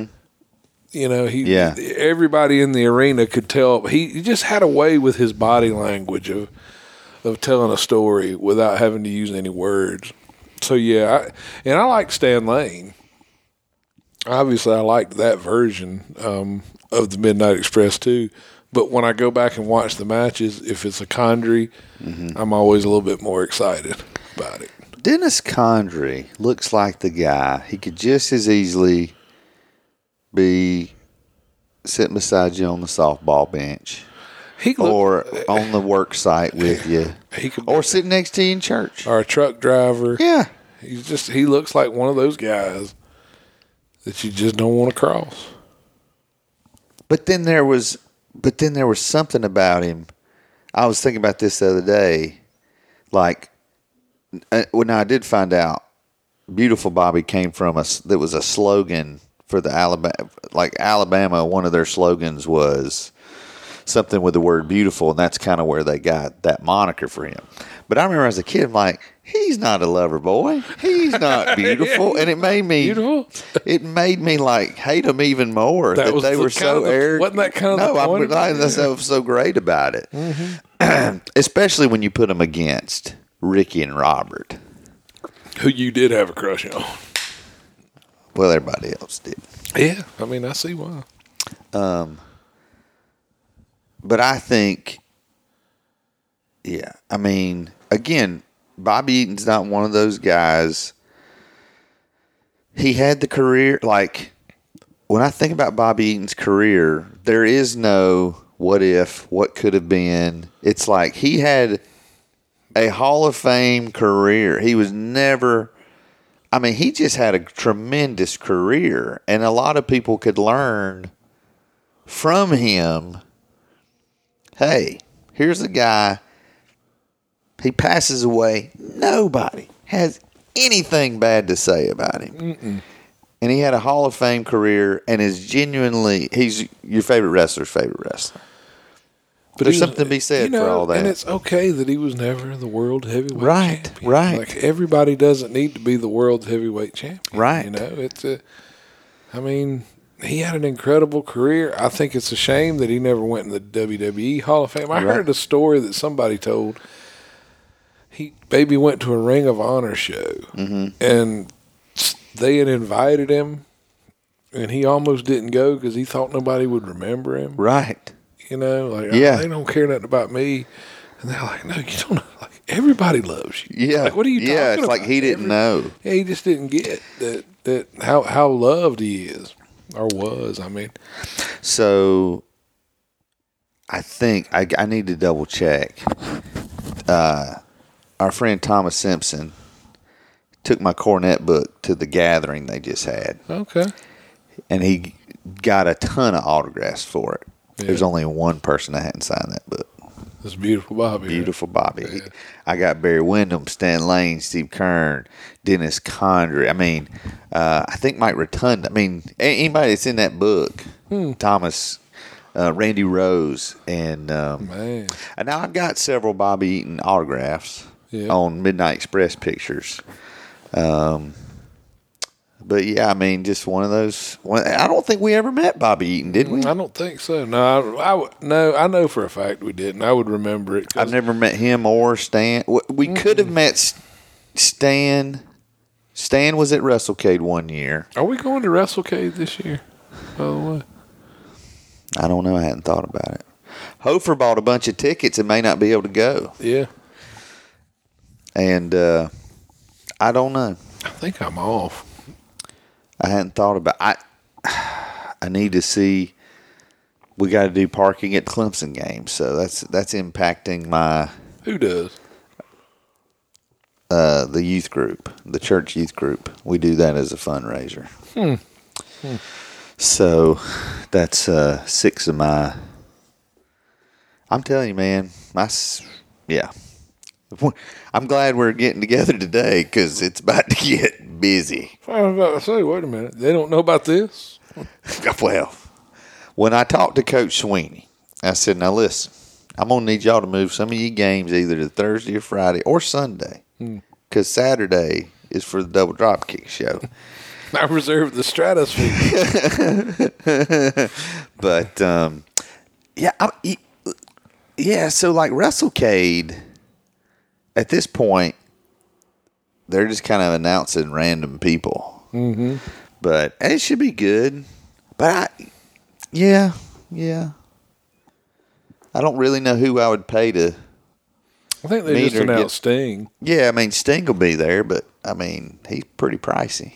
S3: You know, he
S2: Yeah.
S3: everybody in the arena could tell he, he just had a way with his body language of of telling a story without having to use any words. So yeah, I, and I like Stan Lane. Obviously, I liked that version um, of the Midnight Express too. But when I go back and watch the matches, if it's a Condry,
S2: Mm-hmm.
S3: I'm always a little bit more excited about it.
S2: Dennis Condry looks like the guy. He could just as easily be sitting beside you on the softball bench.
S3: He could look,
S2: or on the work site with you,
S3: he could
S2: or
S3: or,
S2: sitting next to you in church.
S3: a truck driver.
S2: Yeah,
S3: He's just he looks like one of those guys that you just don't want to cross.
S2: but then there was, but then there was something about him. I was thinking about this the other day. Like, uh, well, now I did find out "Beautiful Bobby" came from us. That was a slogan for the Alabama, like Alabama. One of their slogans was something with the word "beautiful," and that's kind of where they got that moniker for him. But I remember as a kid, I'm like, he's not a lover boy. He's not beautiful, and it made me
S3: Beautiful?
S2: It made me like hate him even more
S3: That
S2: that,
S3: was
S2: they
S3: the
S2: were
S3: kind
S2: so
S3: of the-
S2: arrogant.
S3: wasn't that kind of
S2: no,
S3: the point Mm-hmm.
S2: I'm
S3: of it?
S2: not, that's what was so great about it. (clears throat) Especially when you put them against Ricky and Robert.
S3: Who you did have a crush on?
S2: Well, everybody else did.
S3: Yeah, I mean I see why.
S2: But I think, yeah, I mean, again, Bobby Eaton's not one of those guys. He had the career, like, when I think about Bobby Eaton's career, there is no what if, what could have been. It's like he had a Hall of Fame career. He was never, I mean, he just had a tremendous career, and a lot of people could learn from him. Hey, here's a guy. He passes away. Nobody has anything bad to say about him and he had a Hall of Fame career and is genuinely he's your favorite wrestler's favorite wrestler. But there's
S3: he was-
S2: something to be said
S3: you know,
S2: for all that.
S3: And it's okay that he was never the world heavyweight
S2: Right,
S3: champion.
S2: right.
S3: Like everybody doesn't need to be the world's heavyweight champion.
S2: Right.
S3: You know, it's a, I mean, he had an incredible career. I think it's a shame that he never went in the WWE Hall of Fame. I
S2: Right.
S3: heard a story that somebody told. He baby went to a Ring of Honor show,
S2: Mm-hmm.
S3: and they had invited him, and he almost didn't go because he thought nobody would remember him
S2: right.
S3: you know, like
S2: Yeah.
S3: yeah. they don't care nothing about me. And they're like, no, you don't. know." Like everybody loves you.
S2: Yeah.
S3: Like, what are you?
S2: Yeah,
S3: talking
S2: it's like
S3: about?
S2: he didn't
S3: Every-
S2: know.
S3: Yeah, he just didn't get that that how how loved he is or was. I mean,
S2: So I think I, I need to double check. Uh, our friend Thomas Simpson took my cornet book to the gathering they just had,
S3: okay,
S2: and he got a ton of autographs for it. There's
S3: Yeah.
S2: only one person that hadn't signed that book.
S3: this beautiful Bobby. right?
S2: Beautiful Bobby. I got Barry Windham, Stan Lane, Steve Kern, Dennis Condry. I mean, uh, I think Mike Rotunda. I mean, a- anybody that's in that book, Thomas, uh, Randy Rose, and um,
S3: man.
S2: and now I've got several Bobby Eaton autographs
S3: Yeah.
S2: on Midnight Express pictures. Um, but yeah, I mean, just one of those. One, I don't think we ever met Bobby Eaton, did we?
S3: I don't think so. No, I, I would- no, I know for a fact we didn't. I would remember it. 'cause-
S2: I've never met him or Stan. W- We could have met S- Stan. Stan was at WrestleCade one year.
S3: Are we going to WrestleCade this year? By the way,
S2: I don't know. I hadn't thought about it. Hofer bought a bunch of tickets and may not be able to go.
S3: yeah.
S2: And uh, I don't know.
S3: I think I'm off.
S2: I hadn't thought about. I (sighs) I need to see. We got to do parking at Clemson games, so that's that's impacting my
S3: Who does?
S2: uh, the youth group, the church youth group. We do that as a fundraiser. So that's uh, six of my. I'm telling you, man, my s- yeah. (laughs) I'm glad we're getting together today because it's about to get busy. (laughs)
S3: I was about to say, wait a minute. They don't know about this.
S2: Well, when I talked to Coach Sweeney, I said, "Now listen, I'm gonna need y'all to move some of you games either to Thursday or Friday or Sunday, because Saturday is for the Double Dropkick Show."
S3: (laughs) I reserved the stratosphere.
S2: But um, yeah, I, yeah. So like WrestleCade, at this point, they're just kind of announcing random people. Mm-hmm. But and it should be good. But I, yeah, yeah. I don't really know who I would pay to.
S3: I think they
S2: Meter
S3: just announced
S2: gets-
S3: Sting.
S2: Yeah, I mean Sting will be there, but I mean he's pretty pricey.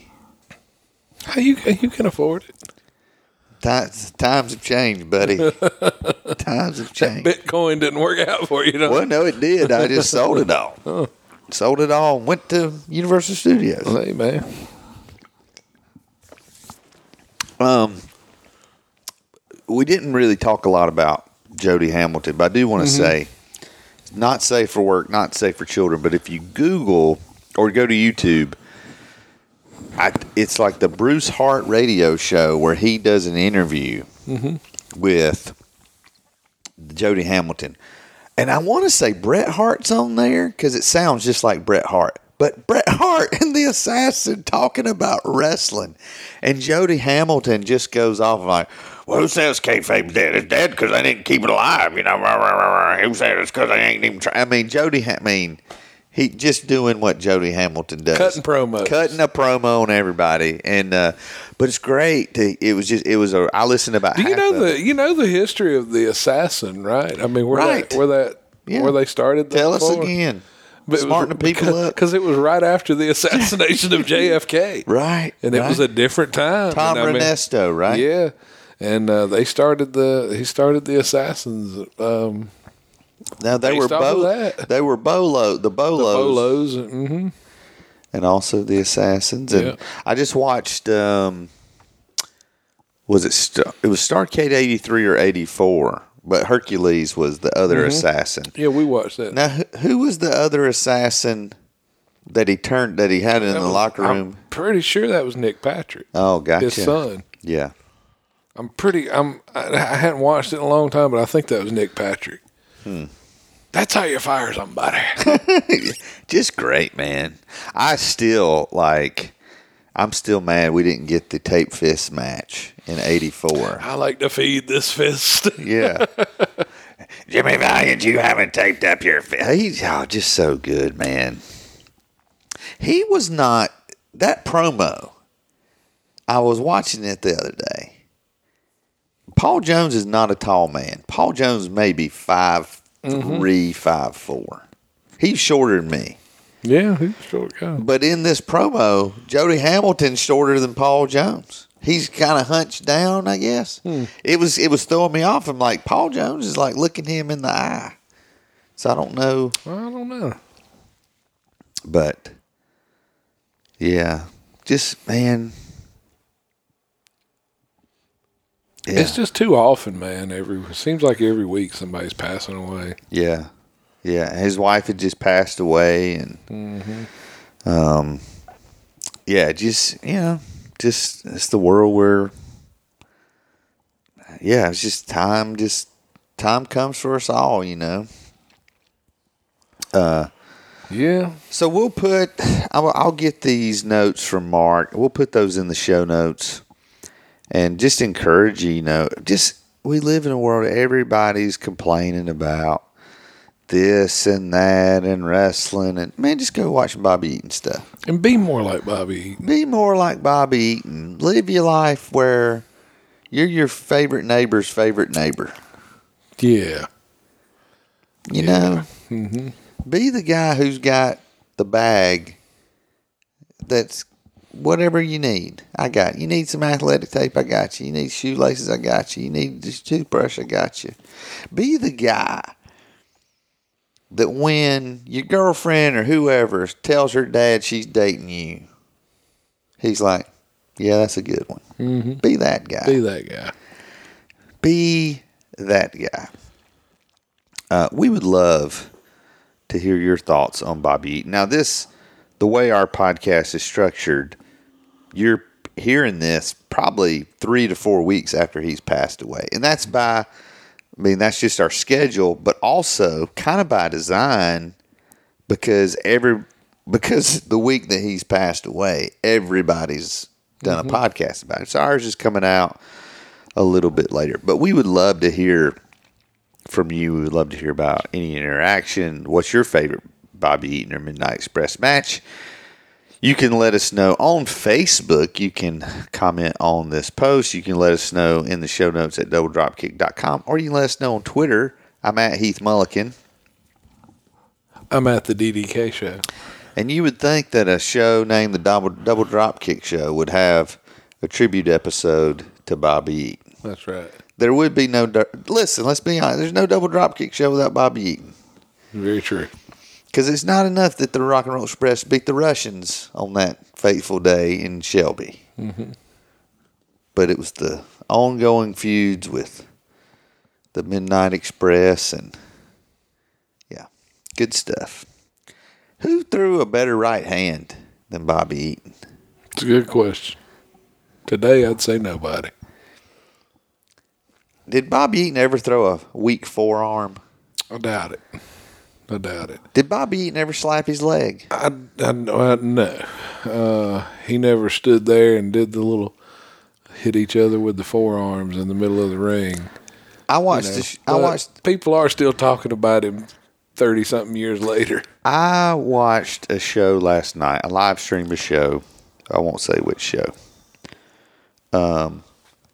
S3: How you you can afford it?
S2: Times times have changed, buddy. times have changed.
S3: Bitcoin didn't work out for you.
S2: Well, no, it did. I just sold it all. Sold it all and went to Universal Studios.
S3: Hey man,
S2: Um, we didn't really talk a lot about Jody Hamilton, but I do want to say, it's not safe for work, not safe for children. But if you Google or go to YouTube, I, it's like the Bruce Hart radio show where he does an interview
S3: Mm-hmm.
S2: with Jody Hamilton. And I want to say Bret Hart's on there because it sounds just like Bret Hart. But Bret Hart and the Assassin talking about wrestling. And Jody Hamilton just goes off like, well, who says kayfabe's dead? It's dead because they didn't keep it alive. You know, rah, rah, rah, rah. who said it's because they ain't even trying? I mean, Jody, Ha- I mean, he just doing what Jody Hamilton does.
S3: Cutting promos.
S2: Cutting a promo on everybody. And, uh, but it's great. To, it was just, it was a, I listened about
S3: do you
S2: half
S3: know
S2: of it.
S3: the you know the history of the assassin, right? I mean, where
S2: Right.
S3: that where that
S2: Yeah.
S3: where they started. that
S2: Tell us
S3: for?
S2: again.
S3: But it was-
S2: Smarting the people
S3: because,
S2: up.
S3: because it was right after the (laughs) assassination of JFK,
S2: (laughs) Right.
S3: And it
S2: right.
S3: was a different time.
S2: Tom
S3: and I mean-
S2: Ernesto, right?
S3: Yeah, and uh, they started the he started the assassins, um,
S2: Now they were
S3: Based off of
S2: bo-
S3: that.
S2: they were bolo the bolos,
S3: Bolos. hmm
S2: and also the assassins. And
S3: Yeah.
S2: I just watched um, was it Star- it was Starcade eighty three or eighty four, but Hercules was the other
S3: Mm-hmm.
S2: assassin.
S3: Yeah, we watched that.
S2: Now who, who was the other assassin that he turned that he had in
S3: That
S2: the
S3: was-
S2: locker room?
S3: I'm pretty sure that was Nick Patrick,
S2: oh, gotcha.
S3: his son.
S2: Yeah. (laughs)
S3: I'm pretty. I'm. I, I hadn't watched it in a long time, but I think that was Nick Patrick.
S2: Hmm.
S3: That's how you fire somebody.
S2: just great, man. I still like. I'm still mad we didn't get the tape fist match in '84.
S3: I like to feed
S2: (laughs)
S3: this fist.
S2: Yeah, Jimmy Valiant, you haven't taped up your fist. He's oh, just so good, man. He was not that promo. I was watching it the other day. Paul Jones is not a tall man. Paul Jones may be five three, five four. He's shorter than me.
S3: yeah, he's a short guy.
S2: But in this promo, Jody Hamilton's shorter than Paul Jones. He's kind of hunched down, I guess. It was it was throwing me off. I'm like, Paul Jones is like looking him in the eye. So I don't know,
S3: I don't know.
S2: but yeah, just man, yeah,
S3: It's just too often, man. Every it seems like every week somebody's passing away.
S2: yeah, yeah. His wife had just passed away, and um, yeah, just you know, just it's the world where yeah, it's just time. Just time comes for us all, you know.
S3: Yeah,
S2: So we'll put. I'll, I'll get these notes from Mark. We'll put those in the show notes, and just encourage you. You know, just we live in a world everybody's complaining about this and that and wrestling, and man, just go watch Bobby Eaton stuff
S3: and be more like Bobby Eaton.
S2: be more like Bobby Eaton. Live your life where you're your favorite neighbor's favorite neighbor.
S3: Yeah.
S2: You know, be the guy who's got the bag. That's whatever you need. I got you. need some athletic tape. I got you. You need shoelaces. I got you. You need this toothbrush. I got you. Be the guy that when your girlfriend or whoever tells her dad she's dating you, he's like, "Yeah, that's a good one." Be that guy
S3: Be that guy.
S2: be that guy. Uh, we would love to hear your thoughts on Bobby Eaton. Now, this, the way our podcast is structured, you're hearing this probably three to four weeks after he's passed away. And that's by, I mean, that's just our schedule, but also kind of by design because every, because the week that he's passed away, everybody's done a podcast about it. So ours is coming out a little bit later. But we would love to hear from you. We would love to hear about any interaction. What's your favorite Bobby Eaton or Midnight Express match? You can let us know on Facebook. You can comment on this post. You can let us know in the show notes at doubledropkick.com or you can let us know on Twitter. I'm at Heath Mulliken.
S3: I'm at the DDK show.
S2: And you would think that a show named the Double, Double Dropkick Show would have a tribute episode to Bobby Eaton.
S3: That's right.
S2: There would be no. dur- Listen, let's be honest. There's no double dropkick show without Bobby Eaton.
S3: Very true.
S2: Because it's not enough that the Rock and Roll Express beat the Russians on that fateful day in Shelby. But it was the ongoing feuds with the Midnight Express and. Yeah, good stuff. Who threw a better right hand than Bobby Eaton?
S3: It's a good question. Today, I'd say nobody.
S2: Did Bobby Eaton ever throw a weak forearm?
S3: I doubt it. I doubt it.
S2: Did Bobby Eaton ever slap his leg?
S3: I, I, I no. Uh, he never stood there and did the little hit each other with the forearms in the middle of the ring.
S2: I watched. the sh- I
S3: But
S2: watched.
S3: People are still talking about him thirty something years later. (laughs)
S2: I watched a show last night, a live stream of show. I won't say which show. Um,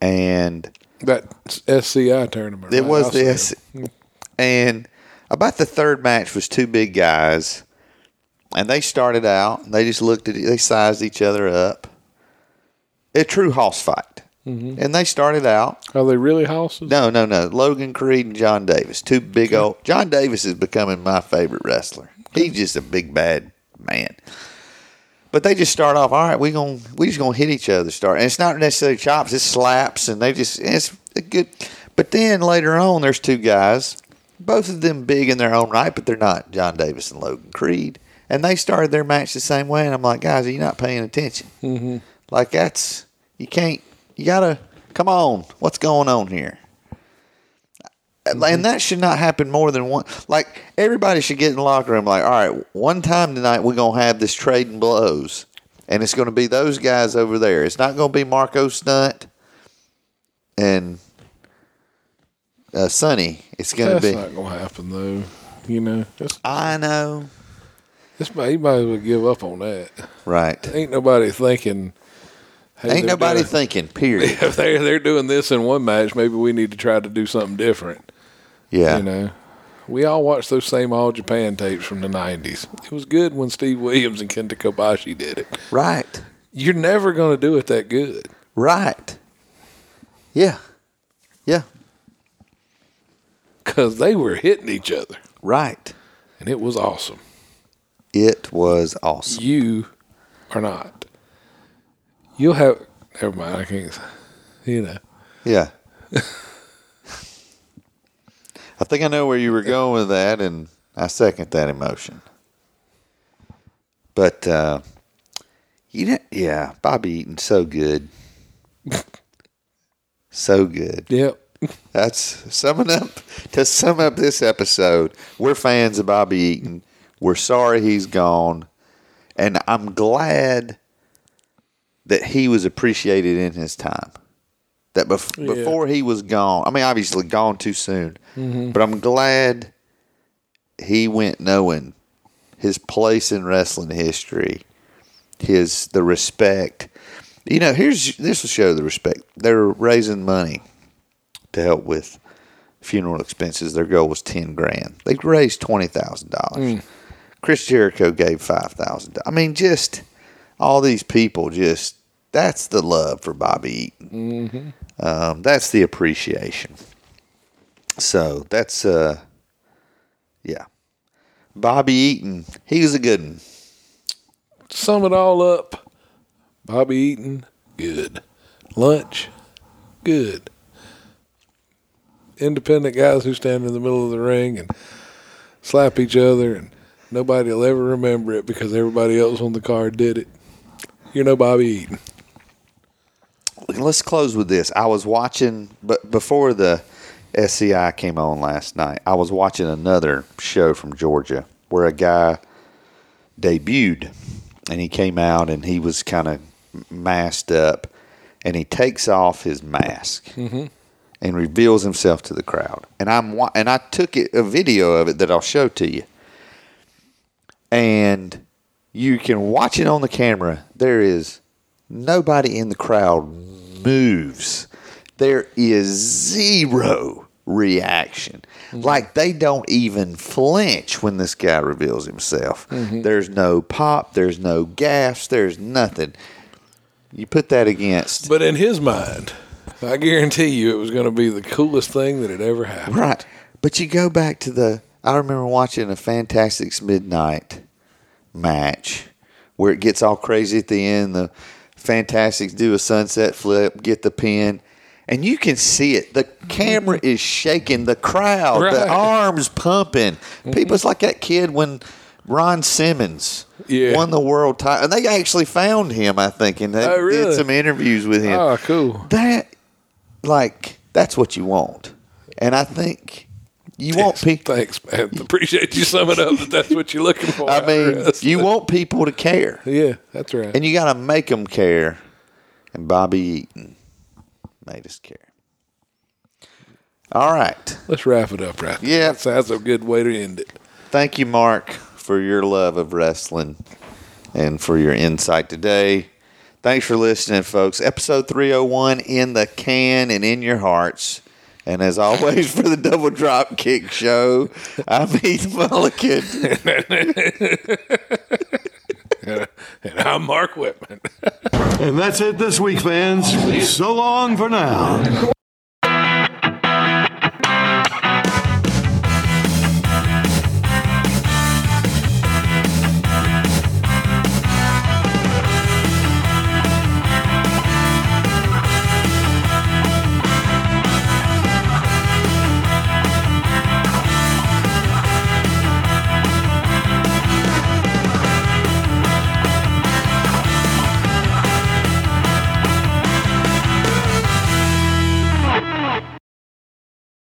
S2: and
S3: That SCI tournament.
S2: it
S3: right?
S2: was
S3: I'll say.
S2: this, and about the third match was two big guys and they started out. and They just looked at it. They sized each other up. A true hoss fight. And they started out.
S3: Are they really houses?
S2: No, no, no. Logan Creed and John Davis, two big old. John Davis is becoming my favorite wrestler. He's just a big bad man. But they just start off. All right, we gonna we just gonna hit each other. Start, and it's not necessarily chops. It's slaps, and they just it's a good. But then later on, there's two guys, both of them big in their own right, but they're not John Davis and Logan Creed, and they started their match the same way. And I'm like, guys, are you not paying attention? Mm-hmm. Like that's you can't. You gotta come on. What's going on here?
S3: Mm-hmm.
S2: and that should not happen more than one. Like everybody should get in the locker room. Like, all right, one time tonight we're gonna have this trading blows, and it's gonna be those guys over there. It's not gonna be Marco Stunt and uh, Sonny. It's gonna
S3: That's
S2: be.
S3: not gonna happen though. You know, it's,
S2: I know.
S3: it's, he might as well give up on that.
S2: Right.
S3: Ain't nobody thinking. hey,
S2: Ain't
S3: they're
S2: nobody
S3: doing-
S2: thinking. Period.
S3: if they they're doing this in one match, maybe we need to try to do something different.
S2: Yeah.
S3: (laughs) You know, we all watched those same All Japan tapes from the '90s. It was good when Steve Williams and Kenta Kobashi did it.
S2: Right.
S3: You're never going to do it that good.
S2: Right. Yeah. Yeah.
S3: because they were hitting each other,
S2: Right.
S3: and it was awesome.
S2: It was awesome.
S3: You are not. You'll have. Never mind. I can't. say- You know.
S2: Yeah. (laughs) I think I know where you were going with that, and I second that emotion. But uh, you know, yeah, Bobby Eaton, so good, so good.
S3: Yep.
S2: That's summing up to sum up this episode. We're fans of Bobby Eaton. We're sorry he's gone, and I'm glad that he was appreciated in his time. That bef-
S3: Yeah.
S2: before he was gone, I mean, obviously gone too soon, but I'm glad he went knowing his place in wrestling history, his the respect. You know, here's this will show the respect. They're raising money to help with funeral expenses. Their goal was ten grand. They raised twenty thousand dollars. Chris Jericho gave five thousand. I mean, just all these people. Just that's the love for Bobby Eaton. Um, that's the appreciation. So that's uh, yeah. Bobby Eaton, he's a good one.
S3: Sum it all up. Bobby Eaton, good. Lunch, good. Independent guys who stand in the middle of the ring and slap each other, and nobody will ever remember it because everybody else on the card did it. You're no Bobby Eaton.
S2: let's close with this. I was watching, but before the SCI came on last night, I was watching another show from Georgia where a guy debuted, and he came out and he was kind of masked up, and he takes off his mask and reveals himself to the crowd. And I'm wa- and I took it, a video of it that I'll show to you, and you can watch it on the camera. There is nobody in the crowd moves. There is zero reaction. Like they don't even flinch when this guy reveals himself. There's no pop, there's no gaffs, there's nothing. You put that against
S3: But in his mind, I guarantee you it was going to be the coolest thing that had ever happened.
S2: Right. But you go back to the I remember watching a Fantastics Midnight match where it gets all crazy at the end. The Fantastics do a sunset flip, get the pin, and you can see it. The camera is shaking, the crowd,
S3: Mm-hmm. Right. Mm-hmm.
S2: the arms pumping. People, it's like that kid when Ron Simmons
S3: Yeah.
S2: won the world title. And they actually found him, I think, and they
S3: Oh, really?
S2: did some interviews with him
S3: Oh, cool.
S2: that like that's what you want and i think you want people
S3: Thanks, man. Appreciate you summing up that that's what you're looking for.
S2: i mean
S3: Russ.
S2: you want people to care
S3: yeah, that's right.
S2: and you got to make them care and bobby eaton made us care all right
S3: Let's wrap it up right
S2: Yeah.
S3: there. That's, that's a good way to end it.
S2: thank you mark for your love of wrestling and for your insight today oh thanks for listening folks episode 301 in the can and in your hearts And as always (laughs) for the Double Drop Kick Show, I'm Heath Mulligan.
S3: (laughs) And I'm Mark Whitman.
S4: And that's it this week, fans. So long for now.